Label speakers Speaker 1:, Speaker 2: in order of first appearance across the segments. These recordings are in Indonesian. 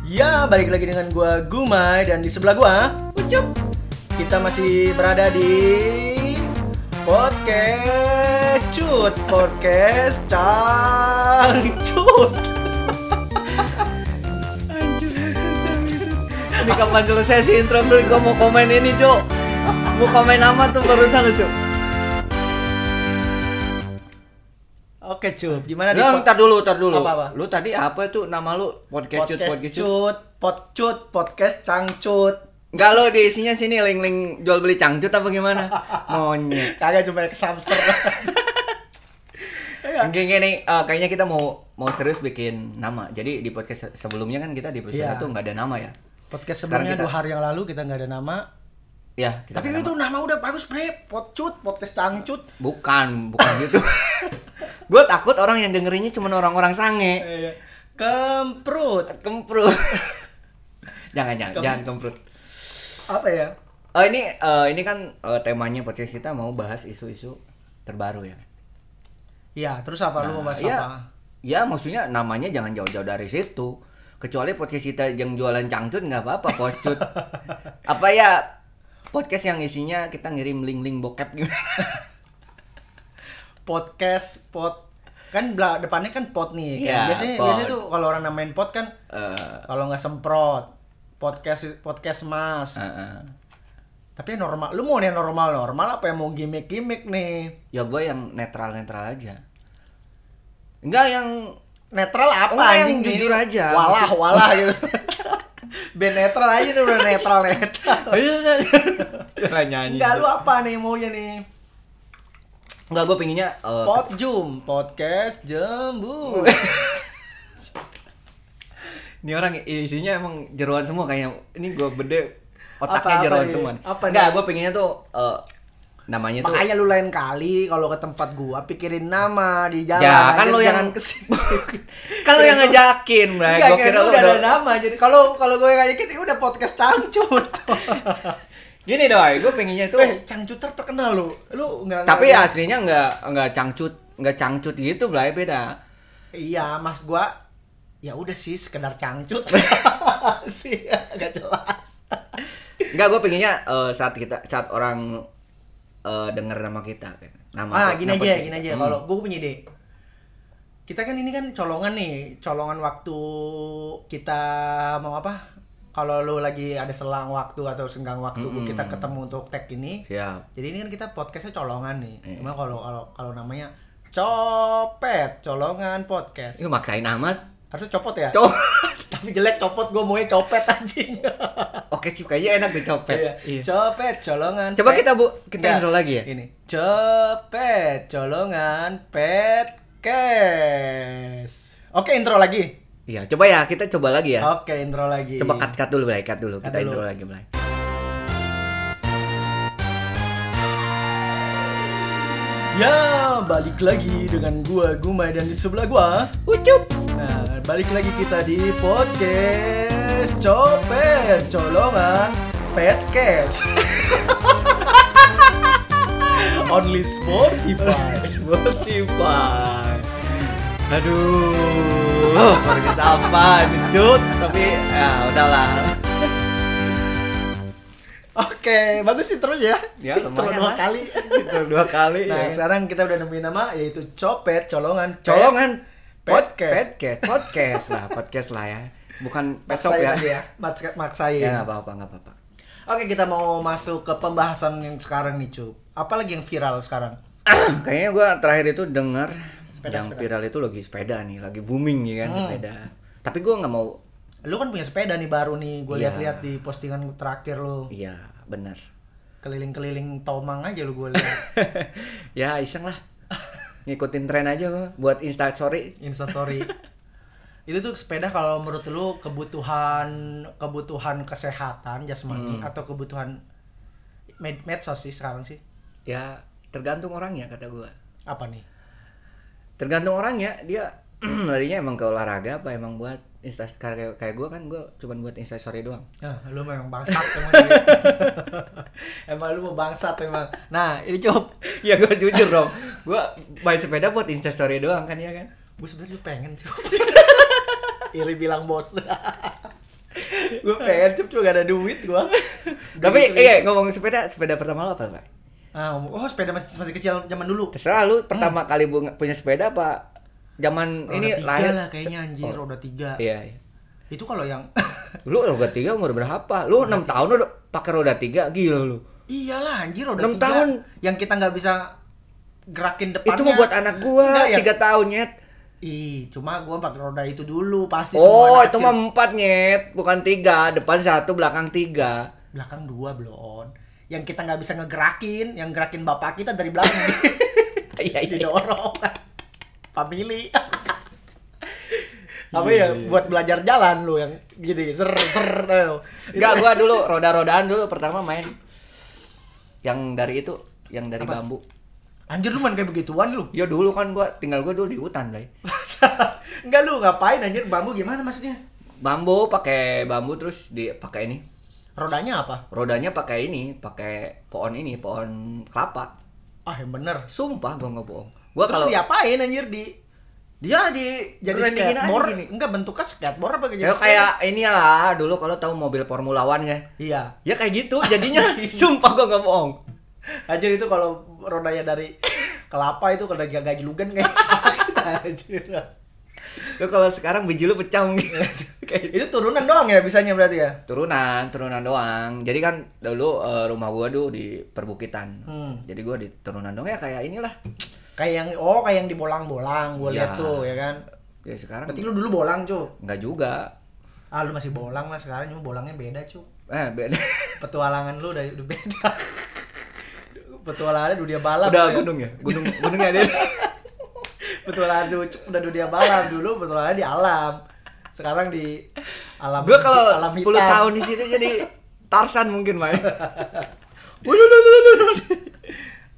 Speaker 1: Ya, balik lagi dengan gua Gumai dan di sebelah gua Ucup. Kita masih berada di podcast cut, podcast cangcut.
Speaker 2: Anjir, ini kapan selesai sih intro dulu? Gue mau komen ini, Cuk. Mau komen apa tuh barusan, Cuk?
Speaker 1: Oke, Cup. Gimana di po-
Speaker 2: Lu ntar dulu, ntar dulu.
Speaker 1: Apa, apa?
Speaker 2: Lu tadi apa itu nama lu? Podcast cut,
Speaker 1: podcast
Speaker 2: podcast cut.
Speaker 1: cut, podcut, podcast cangcut.
Speaker 2: Enggak lu diisinya sini link-link jual beli cangcut apa gimana? Monyet.
Speaker 1: Kagak cuma ke Samster. Iya.
Speaker 2: Enggak enggak nih, eh, kayaknya kita mau mau serius bikin nama. Jadi di podcast se- sebelumnya kan kita di episode
Speaker 1: Iya.
Speaker 2: satu nggak ada nama ya.
Speaker 1: podcast
Speaker 2: Sekarang
Speaker 1: sebelumnya
Speaker 2: kita-
Speaker 1: dua hari yang lalu kita nggak ada nama.
Speaker 2: Ya, kita
Speaker 1: Tapi
Speaker 2: nggak
Speaker 1: ini tuh nama udah bagus, Bre. Podcut, podcast cangcut.
Speaker 2: Bukan, bukan gitu. gue takut orang yang dengerinnya cuma orang-orang sange.
Speaker 1: Iya. Kemprut.
Speaker 2: Kemprut. jangan jangan,
Speaker 1: Kem-
Speaker 2: jangan kemprut.
Speaker 1: Apa ya?
Speaker 2: Oh ini eh, ini kan eh, temanya podcast kita mau bahas isu-isu terbaru ya.
Speaker 1: Iya, terus apa lu mau bahas
Speaker 2: ya,
Speaker 1: apa?
Speaker 2: Ya maksudnya namanya jangan jauh-jauh dari situ. Kecuali podcast kita yang jualan cangcut nggak apa-apa, podcast apa ya podcast yang isinya kita ngirim link-link bokep gitu.
Speaker 1: Podcast, pot kan bela- depannya kan pot nih. kan.
Speaker 2: Iya,
Speaker 1: biasanya
Speaker 2: pot.
Speaker 1: biasanya tuh kalau orang namain pot kan
Speaker 2: Eh,
Speaker 1: kalau nggak semprot podcast podcast mas.
Speaker 2: eh, eh.
Speaker 1: Tapi yang normal, lu mau yang normal normal apa yang mau gimmick gimmick nih?
Speaker 2: Ya gue yang netral-netral aja. Enggak yang
Speaker 1: Netral apa
Speaker 2: Enggak, yang
Speaker 1: anjing nih?
Speaker 2: jujur aja.
Speaker 1: Walah walah gitu. Ben netral aja nih udah netral netral. iya.
Speaker 2: Jangan nyanyi.
Speaker 1: Enggak lu apa nih maunya nih?
Speaker 2: Enggak gue pinginnya eh,
Speaker 1: Podjum, podcast jembu.
Speaker 2: Ini orang isinya emang jeruan semua kayaknya. Ini gue bede
Speaker 1: Apa- apa
Speaker 2: otaknya jeruan
Speaker 1: nih?
Speaker 2: semua. nih.
Speaker 1: Apa
Speaker 2: Nggak,
Speaker 1: nih?
Speaker 2: gue pengennya tuh eh, namanya tuh.
Speaker 1: Makanya lu lain kali kalau ke tempat gua pikirin nama di jalan.
Speaker 2: Ya,
Speaker 1: Jadi
Speaker 2: kan lu yang-
Speaker 1: jangan kesini. kan
Speaker 2: Kalau yang ngajakin, bray.
Speaker 1: Enggak,
Speaker 2: Gue
Speaker 1: kan
Speaker 2: kira
Speaker 1: lu
Speaker 2: lu
Speaker 1: udah ada
Speaker 2: udah.
Speaker 1: nama. Jadi kalau kalau gue ngajakin ya udah podcast cangcut.
Speaker 2: Gini doi, gue pengennya tuh.
Speaker 1: eh, cangcuter terkenal lu. Lu enggak
Speaker 2: tapi ya aslinya nggak nggak cangcut, nggak cangcut gitu, bray beda.
Speaker 1: Iya, Mas gua ya udah sih sekedar cangcut. sih, enggak jelas.
Speaker 2: Enggak, gue pengennya eh, saat kita saat orang eh, denger nama kita, kayak,
Speaker 1: Ah,
Speaker 2: nama.
Speaker 1: gini
Speaker 2: nama
Speaker 1: aja,
Speaker 2: kita.
Speaker 1: gini aja.
Speaker 2: Hmm.
Speaker 1: Kalau gue punya ide. Kita kan ini kan colongan nih, colongan waktu kita mau apa? Kalau lu lagi ada selang waktu atau senggang waktu
Speaker 2: Hmm.
Speaker 1: kita ketemu untuk tag ini.
Speaker 2: siap.
Speaker 1: Jadi ini kan kita podcastnya colongan nih.
Speaker 2: Iya.
Speaker 1: Cuma kalau kalau kalau namanya copet colongan podcast.
Speaker 2: Lu maksain amat.
Speaker 1: Harusnya copot ya?
Speaker 2: Cowok.
Speaker 1: Tapi jelek copot gue maunya copet anjing.
Speaker 2: Oke, sih kayaknya enak dicopet.
Speaker 1: Iya.
Speaker 2: Iya.
Speaker 1: Copet colongan.
Speaker 2: Coba
Speaker 1: pet.
Speaker 2: kita bu, kita
Speaker 1: Nggak.
Speaker 2: intro lagi ya.
Speaker 1: Ini. Copet colongan pet kes. Oke, intro lagi.
Speaker 2: Iya, coba ya kita coba lagi ya.
Speaker 1: Oke, intro lagi.
Speaker 2: Coba cut cut dulu, Blay, Iya. cut dulu.
Speaker 1: Cut
Speaker 2: kita
Speaker 1: dulu.
Speaker 2: intro lagi, Blay.
Speaker 1: Ya, balik lagi dengan gua Gumai dan di sebelah gua Ucup. Nah, balik lagi kita di podcast Copet Colongan Petcast. Only Spotify.
Speaker 2: Spotify. Aduh, podcast apa nih, Cut? Tapi ya udahlah.
Speaker 1: Oke, bagus sih terus ya.
Speaker 2: Ya,
Speaker 1: Intro
Speaker 2: lumayan
Speaker 1: dua
Speaker 2: lah.
Speaker 1: kali.
Speaker 2: Intro dua kali
Speaker 1: Nah,
Speaker 2: ya.
Speaker 1: sekarang kita udah nemuin nama yaitu Copet Colongan Pet-
Speaker 2: Colongan
Speaker 1: Podcast.
Speaker 2: podcast, podcast lah, podcast lah ya. Bukan pet shop
Speaker 1: Maksain
Speaker 2: ya.
Speaker 1: aja ya. Maksa- Maksain.
Speaker 2: Ya nggak apa-apa, nggak apa-apa.
Speaker 1: Oke, kita mau masuk ke pembahasan yang sekarang nih, Cup. Apalagi yang viral sekarang?
Speaker 2: Kayaknya gua terakhir itu dengar
Speaker 1: Sepeda,
Speaker 2: yang
Speaker 1: sepeda.
Speaker 2: viral itu lagi sepeda nih, lagi booming ya kan sepeda. Tapi gua nggak mau.
Speaker 1: Lu kan punya sepeda nih baru nih, gue
Speaker 2: Iya.
Speaker 1: lihat-lihat di postingan terakhir lu.
Speaker 2: Iya, benar.
Speaker 1: Keliling-keliling Tomang aja lu gue lihat.
Speaker 2: ya iseng lah ngikutin tren aja gua buat insta story
Speaker 1: Insta story. Itu tuh sepeda kalau menurut lu kebutuhan kebutuhan kesehatan
Speaker 2: Hmm.
Speaker 1: jasmani atau kebutuhan med medsos sih sekarang sih.
Speaker 2: ya tergantung orangnya kata gua
Speaker 1: Apa nih?
Speaker 2: tergantung orangnya dia larinya emang ke olahraga apa emang buat insta kayak kayak gua kan gua cuman buat insta story doang
Speaker 1: Ah, lu memang bangsat emang. emang lu mau bangsat emang. Nah, ini coba
Speaker 2: ya gua jujur dong gua main sepeda buat insta story doang kan ya kan
Speaker 1: gue sebenernya lu pengen coba. Iri bilang bos. gue pengen cup cuma gak ada duit gue
Speaker 2: Tapi
Speaker 1: gitu,
Speaker 2: iya ngomong sepeda, sepeda pertama lo apa enggak?
Speaker 1: ah, oh sepeda masih masih kecil zaman dulu
Speaker 2: Terserah lu pertama kali bu- punya sepeda apa zaman
Speaker 1: Hmm. roda
Speaker 2: ini
Speaker 1: tiga
Speaker 2: lahir
Speaker 1: lah kayaknya anjir roda tiga
Speaker 2: Iya, iya.
Speaker 1: oh. itu kalau yang
Speaker 2: Lu roda tiga umur berapa? Lu enam tahun udah pakai roda tiga gila lu.
Speaker 1: iyalah anjir roda
Speaker 2: Enam
Speaker 1: tiga
Speaker 2: tahun.
Speaker 1: yang kita nggak bisa gerakin depannya
Speaker 2: Itu mau buat anak gua
Speaker 1: Nggak, yang-
Speaker 2: tiga tahun nyet.
Speaker 1: Ih, cuma gua pakai roda itu dulu pasti semua
Speaker 2: Oh
Speaker 1: anak kecil.
Speaker 2: itu mah empat nyet, bukan tiga. Depan satu, belakang tiga.
Speaker 1: belakang dua blon. Yang kita nggak bisa ngegerakin, yang gerakin bapak kita dari belakang.
Speaker 2: Iya iya.
Speaker 1: Didorong. Pamili. Apa ya buat belajar jalan lu yang gini ser ser ayo.
Speaker 2: Enggak, gua dulu roda-rodaan dulu pertama main yang dari itu, yang dari bambu.
Speaker 1: Anjir lu main kayak begituan lu.
Speaker 2: Ya dulu kan gua tinggal gua dulu di hutan, Blay.
Speaker 1: Enggak lu ngapain anjir bambu gimana maksudnya?
Speaker 2: Bambu pakai bambu terus di pakai ini.
Speaker 1: Rodanya apa?
Speaker 2: Rodanya pakai ini, pakai pohon ini, pohon kelapa.
Speaker 1: Ah, yang bener.
Speaker 2: Sumpah gua nggak bohong. Gua
Speaker 1: Terus
Speaker 2: kalau
Speaker 1: diapain anjir di
Speaker 2: dia di
Speaker 1: jadi
Speaker 2: keren dingin aja
Speaker 1: skateboard?
Speaker 2: gini.
Speaker 1: Enggak bentuknya skateboard apa
Speaker 2: Ya kayak ini lah dulu kalau tahu mobil Formula One ya.
Speaker 1: Iya.
Speaker 2: Ya kayak gitu jadinya sumpah gua nggak bohong.
Speaker 1: Anjir itu kalau rodanya dari kelapa itu kena gagal julugan kayak sakit anjir.
Speaker 2: Lu kalau sekarang biji lu pecah mungkin. Kayak gitu.
Speaker 1: Itu turunan doang ya bisanya berarti ya?
Speaker 2: turunan turunan doang jadi kan dulu eh, rumah gua dulu di perbukitan
Speaker 1: Hmm.
Speaker 2: jadi gua di turunan doang ya kayak inilah
Speaker 1: Kayak yang oh kayak yang dibolang-bolang gue lihat
Speaker 2: Iya.
Speaker 1: tuh ya kan.
Speaker 2: ya sekarang
Speaker 1: Berarti lu dulu bolang, Cuk.
Speaker 2: nggak juga
Speaker 1: Ah lu masih bolang lah sekarang cuma bolangnya beda, Cuk.
Speaker 2: eh beda
Speaker 1: Petualangan lu udah, udah beda. Petualangannya dunia balap.
Speaker 2: udah
Speaker 1: ya.
Speaker 2: gunung ya gunung gunungnya ada
Speaker 1: Petualangan si Ucup udah dunia balap dulu, petualangannya di alam. Sekarang di alam
Speaker 2: gua kalau
Speaker 1: di alam
Speaker 2: 10
Speaker 1: hitam.
Speaker 2: tahun di situ jadi Tarsan mungkin main Oh,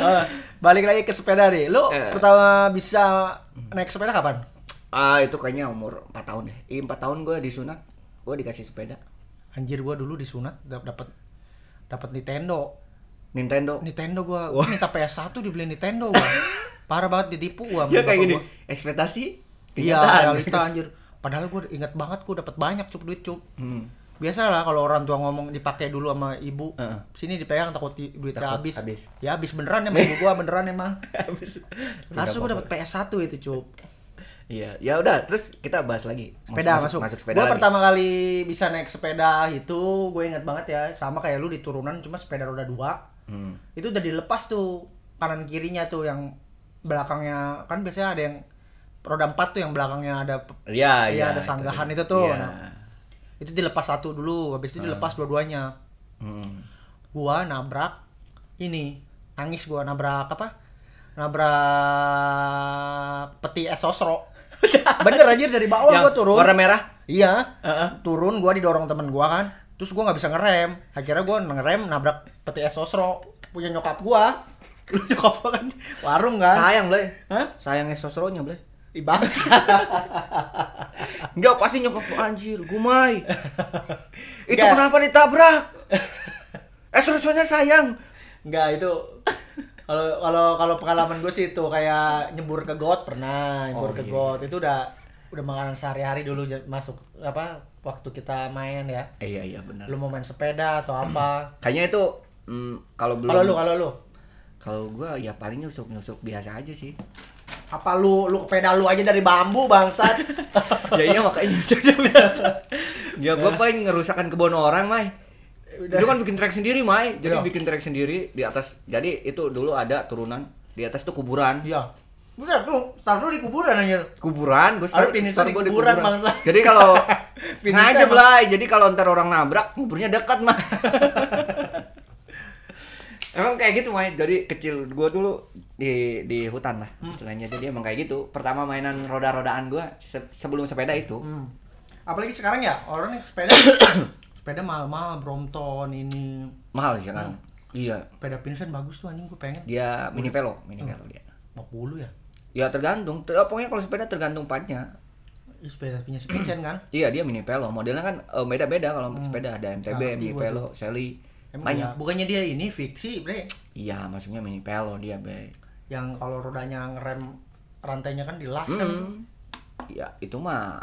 Speaker 1: Eh, balik lagi ke sepeda nih. Lu
Speaker 2: Eh.
Speaker 1: pertama bisa naik sepeda kapan?
Speaker 2: ah itu kayaknya umur 4 tahun deh Ih, 4 tahun gua disunat gua dikasih sepeda
Speaker 1: Anjir gua dulu disunat dap- dapat dapat Nintendo.
Speaker 2: Nintendo
Speaker 1: Nintendo gua, gua minta PS1 dibeli Nintendo gua. Parah banget ditipu gua. sama
Speaker 2: ya kayak
Speaker 1: bapak
Speaker 2: gini
Speaker 1: gua.
Speaker 2: ekspektasi
Speaker 1: Iya,
Speaker 2: kenyataan.
Speaker 1: realita anjir. Padahal gua ingat banget gua dapat banyak cup duit cup.
Speaker 2: Hmm.
Speaker 1: Biasa lah kalau orang tua ngomong dipakai dulu sama ibu.
Speaker 2: Heeh.
Speaker 1: Sini dipegang takut di- duitnya
Speaker 2: Takut
Speaker 1: habis.
Speaker 2: habis.
Speaker 1: Ya habis beneran emang ibu gua beneran emang.
Speaker 2: Habis.
Speaker 1: Harus gua dapat PS1 itu cup.
Speaker 2: Iya, ya udah. Terus kita bahas lagi. Masuk-
Speaker 1: sepeda
Speaker 2: masuk,
Speaker 1: masuk,
Speaker 2: masuk sepeda.
Speaker 1: gue
Speaker 2: lagi.
Speaker 1: pertama kali bisa naik sepeda itu gue ingat banget ya sama kayak lu di turunan cuma sepeda roda dua
Speaker 2: Hmm.
Speaker 1: itu udah dilepas tuh kanan kirinya tuh yang belakangnya kan biasanya ada yang roda empat tuh yang belakangnya ada pe- Iya,
Speaker 2: Iya, iya.
Speaker 1: ada
Speaker 2: itu
Speaker 1: sanggahan
Speaker 2: dia.
Speaker 1: itu tuh.
Speaker 2: Iya.
Speaker 1: Nah, itu dilepas satu dulu habis
Speaker 2: Ah.
Speaker 1: itu dilepas dua-duanya
Speaker 2: Hmm.
Speaker 1: gua nabrak ini nangis gua nabrak apa nabrak peti es sosro bener anjir dari bawah
Speaker 2: Yang
Speaker 1: gua turun
Speaker 2: Warna merah.
Speaker 1: Iya.
Speaker 2: Heeh.
Speaker 1: Turun gua didorong temen gua kan. Terus gua nggak bisa ngerem. Akhirnya gua ngerem nabrak peti es sosro punya nyokap gua. Lu nyokap gua kan warung kan.
Speaker 2: Sayang, Blay.
Speaker 1: Hah?
Speaker 2: Sayangnya sosronya, Blay.
Speaker 1: Ih, bangsa.
Speaker 2: Enggak, pasti nyokap gua, anjir, gumai. itu
Speaker 1: Enggak.
Speaker 2: kenapa ditabrak? eh, sosronya sayang.
Speaker 1: Enggak itu kalau kalau kalau pengalaman gue sih itu kayak nyebur ke got pernah, nyebur
Speaker 2: Oh,
Speaker 1: ke
Speaker 2: iya.
Speaker 1: got itu udah udah makanan sehari-hari dulu j- masuk apa waktu kita main ya.
Speaker 2: Eh, iya, iya, benar.
Speaker 1: Lu mau main sepeda atau apa?
Speaker 2: Kayaknya itu mm, kalau belum
Speaker 1: Kalau lu kalau lu
Speaker 2: kalau gua ya paling nyusuk-nyusuk biasa aja sih.
Speaker 1: apa lu lu ke pedal lu aja dari bambu bangsat.
Speaker 2: ya iya makanya nyusuknya biasa. ya gua paling ngerusakan kebun orang, Mai. Itu kan bikin track sendiri, Mai.
Speaker 1: Iya.
Speaker 2: Jadi bikin track sendiri di atas. Jadi itu dulu ada turunan di atas tuh kuburan.
Speaker 1: Iya. Bener lu, start lu di kuburan anjir.
Speaker 2: Kuburan, gue
Speaker 1: Ada finishnya di kuburan, bangsa.
Speaker 2: Jadi kalau
Speaker 1: Finishnya
Speaker 2: sengaja
Speaker 1: emang-
Speaker 2: belai. Jadi kalau ntar orang nabrak, kuburnya dekat, mah. emang kayak gitu, Mai. Jadi kecil gue dulu di di hutan lah
Speaker 1: Hmm.
Speaker 2: istilahnya. Jadi emang kayak gitu. Pertama mainan roda-rodaan gue sebelum sepeda itu.
Speaker 1: Hmm. Apalagi sekarang ya, orang naik sepeda sepeda mahal-mahal Brompton ini.
Speaker 2: Mahal ya
Speaker 1: Hmm.
Speaker 2: kan? Iya.
Speaker 1: Sepeda Vincent bagus tuh anjing gue pengen.
Speaker 2: Dia mini velo, mini velo dia.
Speaker 1: 50 ya.
Speaker 2: Ya tergantung. Ter- Pokoknya kalau sepeda tergantung partnya.
Speaker 1: Ih, sepeda punya si Vincent kan.
Speaker 2: Iya dia mini pelo modelnya kan eh, beda-beda kalau sepeda ada MTB,
Speaker 1: Ngerti
Speaker 2: mini
Speaker 1: gua
Speaker 2: pelo, Sally
Speaker 1: Emang
Speaker 2: banyak.
Speaker 1: ya, bukannya dia ini fiksi, Bre.
Speaker 2: Iya maksudnya mini pelo dia be.
Speaker 1: Yang kalau rodanya ngerem rantainya kan di las kan.
Speaker 2: Hmm. Ya itu mah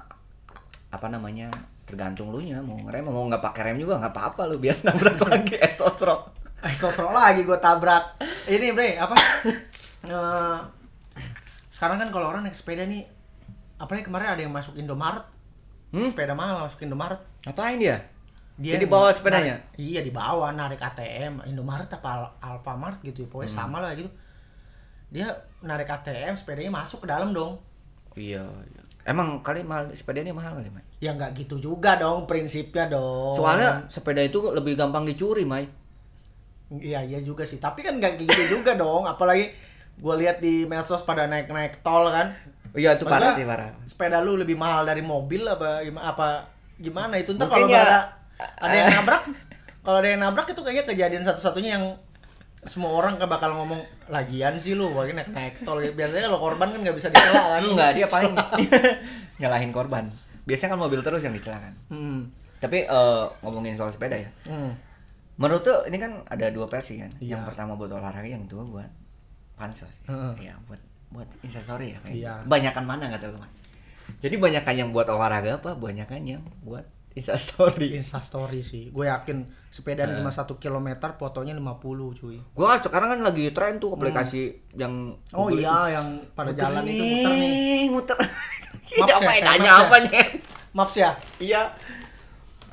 Speaker 2: apa namanya tergantung lu nya mau ngerem mau nggak pakai rem juga nggak apa-apa lu biar nabrak lagi estosro
Speaker 1: Eh, sosro lagi gue tabrak. Ini bre, apa? Eh, sekarang kan kalau orang naik sepeda nih, apalagi kemarin ada yang masuk Indomaret.
Speaker 2: Hmm?
Speaker 1: Sepeda mahal masuk Indomaret.
Speaker 2: ngapain dia dia
Speaker 1: yang
Speaker 2: dibawa
Speaker 1: narik-
Speaker 2: sepedanya
Speaker 1: iya dibawa narik ATM Indomaret apa Al- Alfamart gitu ya
Speaker 2: Hmm.
Speaker 1: pokoknya sama lah gitu dia narik ATM sepedanya masuk ke dalam dong
Speaker 2: iya iya. emang kali mahal sepedanya mahal kali Mai
Speaker 1: ya nggak gitu juga dong prinsipnya dong
Speaker 2: soalnya sepeda itu lebih gampang dicuri Mai
Speaker 1: iya iya juga sih tapi kan nggak gitu juga dong apalagi gue lihat di medsos pada naik naik tol kan
Speaker 2: iya itu
Speaker 1: Maksudnya,
Speaker 2: parah sih parah
Speaker 1: sepeda lu lebih mahal dari mobil apa gima- apa gimana itu ntar kalau
Speaker 2: Mungkin ya-
Speaker 1: ada ada yang nabrak kalau ada yang nabrak itu kayaknya kejadian satu-satunya yang semua orang kan bakal ngomong lagian sih lu wakil naik naik tol biasanya kalau korban kan nggak bisa dicela kan
Speaker 2: enggak dia Iya, paling nyalahin korban biasanya kan mobil terus yang dicela kan
Speaker 1: hmm.
Speaker 2: tapi eh, ngomongin soal sepeda ya
Speaker 1: Hmm.
Speaker 2: menurut tuh ini kan ada dua versi kan yang
Speaker 1: Iya.
Speaker 2: pertama buat olahraga yang kedua buat pansos ya,
Speaker 1: Heeh.
Speaker 2: Iya, buat buat instastory ya
Speaker 1: Iya.
Speaker 2: kayaknya banyakan mana nggak tahu Mas. jadi banyakan yang buat olahraga apa banyakan yang buat instastory
Speaker 1: Insta story sih gue yakin sepedaan
Speaker 2: Eh.
Speaker 1: cuma satu kilometer fotonya 50 cuy
Speaker 2: gua sekarang kan lagi tren tuh aplikasi yang
Speaker 1: oh
Speaker 2: Google-
Speaker 1: iya yang pada
Speaker 2: Muter
Speaker 1: jalan itu muter nih
Speaker 2: muter
Speaker 1: Maps
Speaker 2: Iya,
Speaker 1: ya, maps
Speaker 2: faedahnya
Speaker 1: ya.
Speaker 2: apa nyet
Speaker 1: maps ya
Speaker 2: iya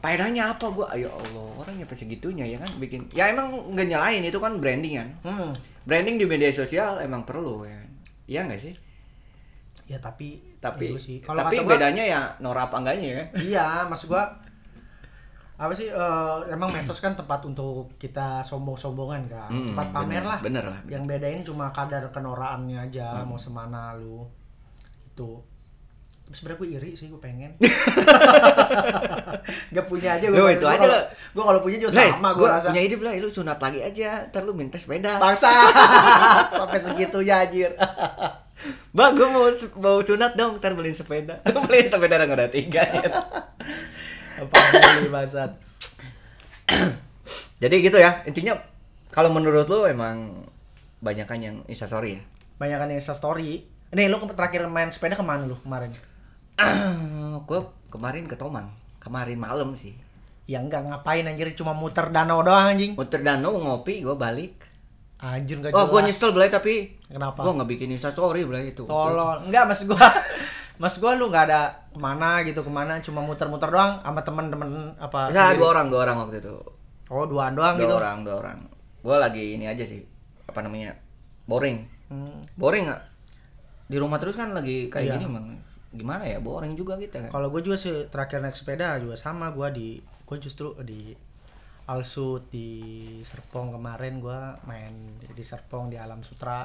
Speaker 2: faedahnya apa gua ya Allah orang nyampe segitunya ya kan bikin ya emang nggak nyalain itu kan branding kan
Speaker 1: hmm.
Speaker 2: branding di media sosial emang perlu ya iya nggak sih
Speaker 1: ya tapi itu
Speaker 2: tapi
Speaker 1: sih kalau
Speaker 2: tapi
Speaker 1: kata gua-
Speaker 2: bedanya ya norak apa enggaknya ya
Speaker 1: Iya, maksud gua apa sih eh, emang medsos kan tempat untuk kita sombong-sombongan kan,
Speaker 2: Mm,
Speaker 1: tempat pamer
Speaker 2: bener,
Speaker 1: lah.
Speaker 2: bener Hmm. lah.
Speaker 1: Yang bedain cuma kadar kenoraannya aja, mau semana lu. Itu. Tapi Sebenernya gue iri sih, gue pengen. Gak punya aja gue.
Speaker 2: Lu, itu aja lu.
Speaker 1: Gue kalau punya juga
Speaker 2: Lay,
Speaker 1: Iya, sama gue
Speaker 2: gua
Speaker 1: rasa.
Speaker 2: punya ide lah ya lu sunat lagi aja ntar lu minta sepeda
Speaker 1: Bangsa. Sampai segitunya anjir.
Speaker 2: bang gua mau mau sunat dong ntar beliin sepeda beliin sepeda yang ada tiga ya.
Speaker 1: Apa boleh bangsat.
Speaker 2: jadi gitu ya intinya kalau menurut lu emang banyakan yang instastory ya
Speaker 1: Banyakan kan Insta story. Nih lu ke- terakhir main sepeda kemana lu kemarin?
Speaker 2: gue Eh, kemarin ke Tomang kemarin malam sih
Speaker 1: Ya enggak ngapain anjir cuma muter danau doang anjing.
Speaker 2: muter danau ngopi gue balik
Speaker 1: Anjir enggak
Speaker 2: oh
Speaker 1: jelas.
Speaker 2: gue nyesel belai tapi
Speaker 1: Kenapa?
Speaker 2: gue nggak bikin instastory belai itu
Speaker 1: Tolol. Enggak mas gua. Mas gua lu enggak ada kemana gitu kemana cuma muter-muter doang sama temen-temen apa
Speaker 2: Nah,
Speaker 1: sendiri?
Speaker 2: dua orang, dua orang waktu itu.
Speaker 1: Oh, duaan doang
Speaker 2: Dua
Speaker 1: gitu.
Speaker 2: orang, dua orang. Gue lagi ini aja sih, apa namanya, boring.
Speaker 1: Hmm.
Speaker 2: Boring nggak? Di rumah terus kan lagi kayak
Speaker 1: Iya.
Speaker 2: gini emang. Gimana ya, boring juga kita kan.
Speaker 1: Kalau gua juga sih terakhir naik sepeda juga sama gua di gua justru di Alsut di Serpong kemarin gua main di Serpong di Alam Sutra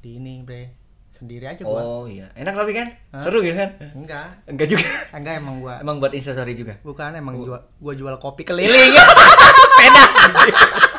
Speaker 1: di ini bre sendiri aja gua
Speaker 2: Oh iya, enak tapi kan? Seru gitu kan?
Speaker 1: enggak
Speaker 2: Enggak juga.
Speaker 1: enggak emang gua
Speaker 2: Emang buat instastory juga.
Speaker 1: bukan emang jual gua jual kopi keliling
Speaker 2: Sepeda.